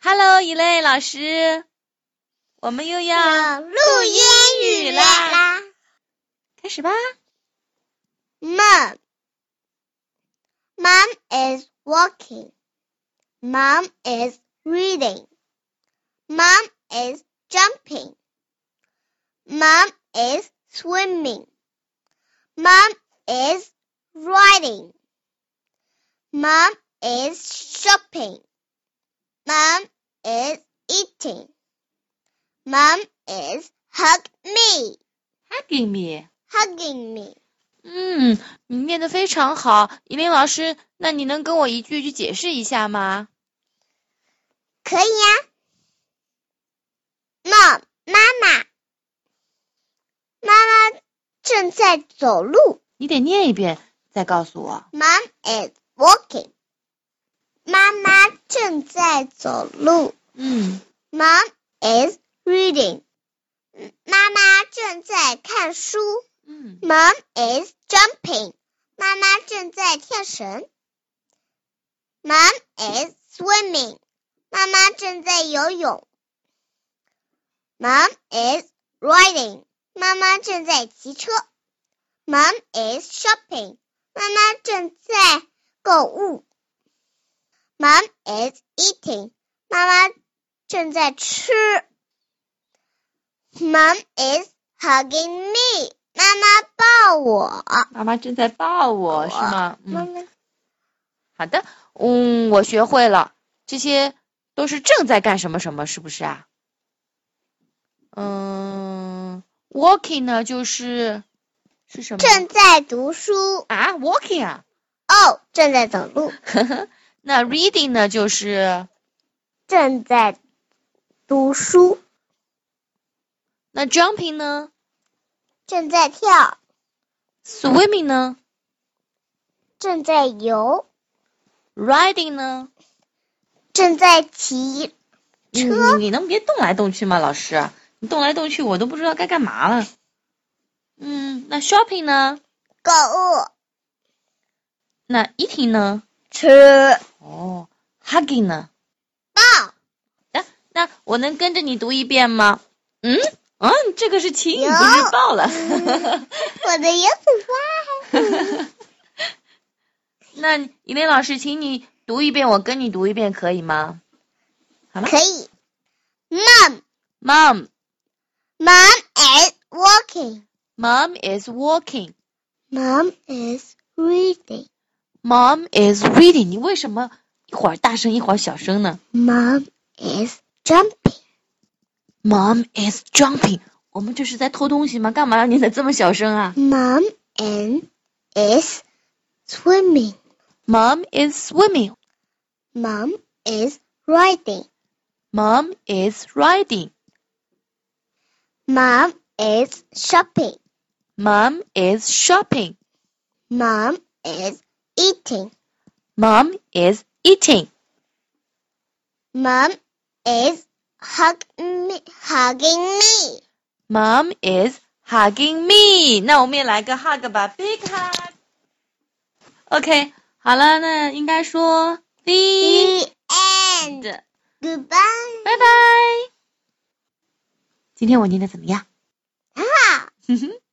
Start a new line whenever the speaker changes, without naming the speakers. Hello，一类老师，我们又要
录英语啦！
开始吧。
Mom, mom is walking. Mom is reading. Mom is jumping. Mom is swimming. Mom is riding. Mom is shopping. Mom is eating. Mom is hug me,
Hugging me。
hugging me.
嗯，你念的非常好，依琳老师，那你能跟我一句句解释一下吗？
可以呀、那妈妈，妈妈正在走路。
你得念一遍，再告诉我。
Mom is walking. 妈妈正在走路。
嗯
Mom is reading. 妈妈正在看书。
嗯
Mom is jumping. 妈妈正在跳绳。Mom is swimming. 妈妈正在游泳。Mom is riding. 妈妈正在骑车。Mom is shopping. 妈妈正在购物。Mom is eating. 妈妈正在吃。Mom is hugging me. 妈妈抱我。
妈妈正在抱我，
我
是吗？
妈
嗯，
妈
好的，嗯，我学会了，这些都是正在干什么什么，是不是啊？嗯，walking 呢，就是是什么？
正在读书。
啊，walking 啊。
哦，正在走路，
那 reading 呢，就是
正在读书，
那 jumping 呢
正在跳，
，swimming 呢
正在游，
，riding 呢？
正在骑。
你
车
你能别动来动去吗，老师？啊你动来动去，我都不知道该干嘛了。嗯，那 shopping 呢？
购物，
那 eating 呢？
吃
哦，hugging 呢？
抱，
那我能跟着你读一遍吗？嗯嗯，这个是亲，
有
不是抱了。
我的油子
那以琳老师，请你读一遍，我跟你读一遍，可以吗
花可以。Mom,
？Mom,
mom is walking.
mom is walking.
Mom is reading.
Mom is reading。你为什么一会儿大声一会儿小声呢
Mom is jumping.
？Mom is jumping。我们这是在偷东西吗？干嘛要念的这么小声啊
Mom and is swimming.
？Mom is swimming。
Mom is riding.
Mom is riding。
Mom is shopping.
Mom is shopping。
Mom is eating.
Mom is eating。
Mom is hug me, hugging me.
Mom is hugging me。那我们也来个 hug 吧，big hug。OK，好了，那应该说 the
The end.
end。
Goodbye.
拜拜。今天我念的怎么样？嗯
很好。
哼哼。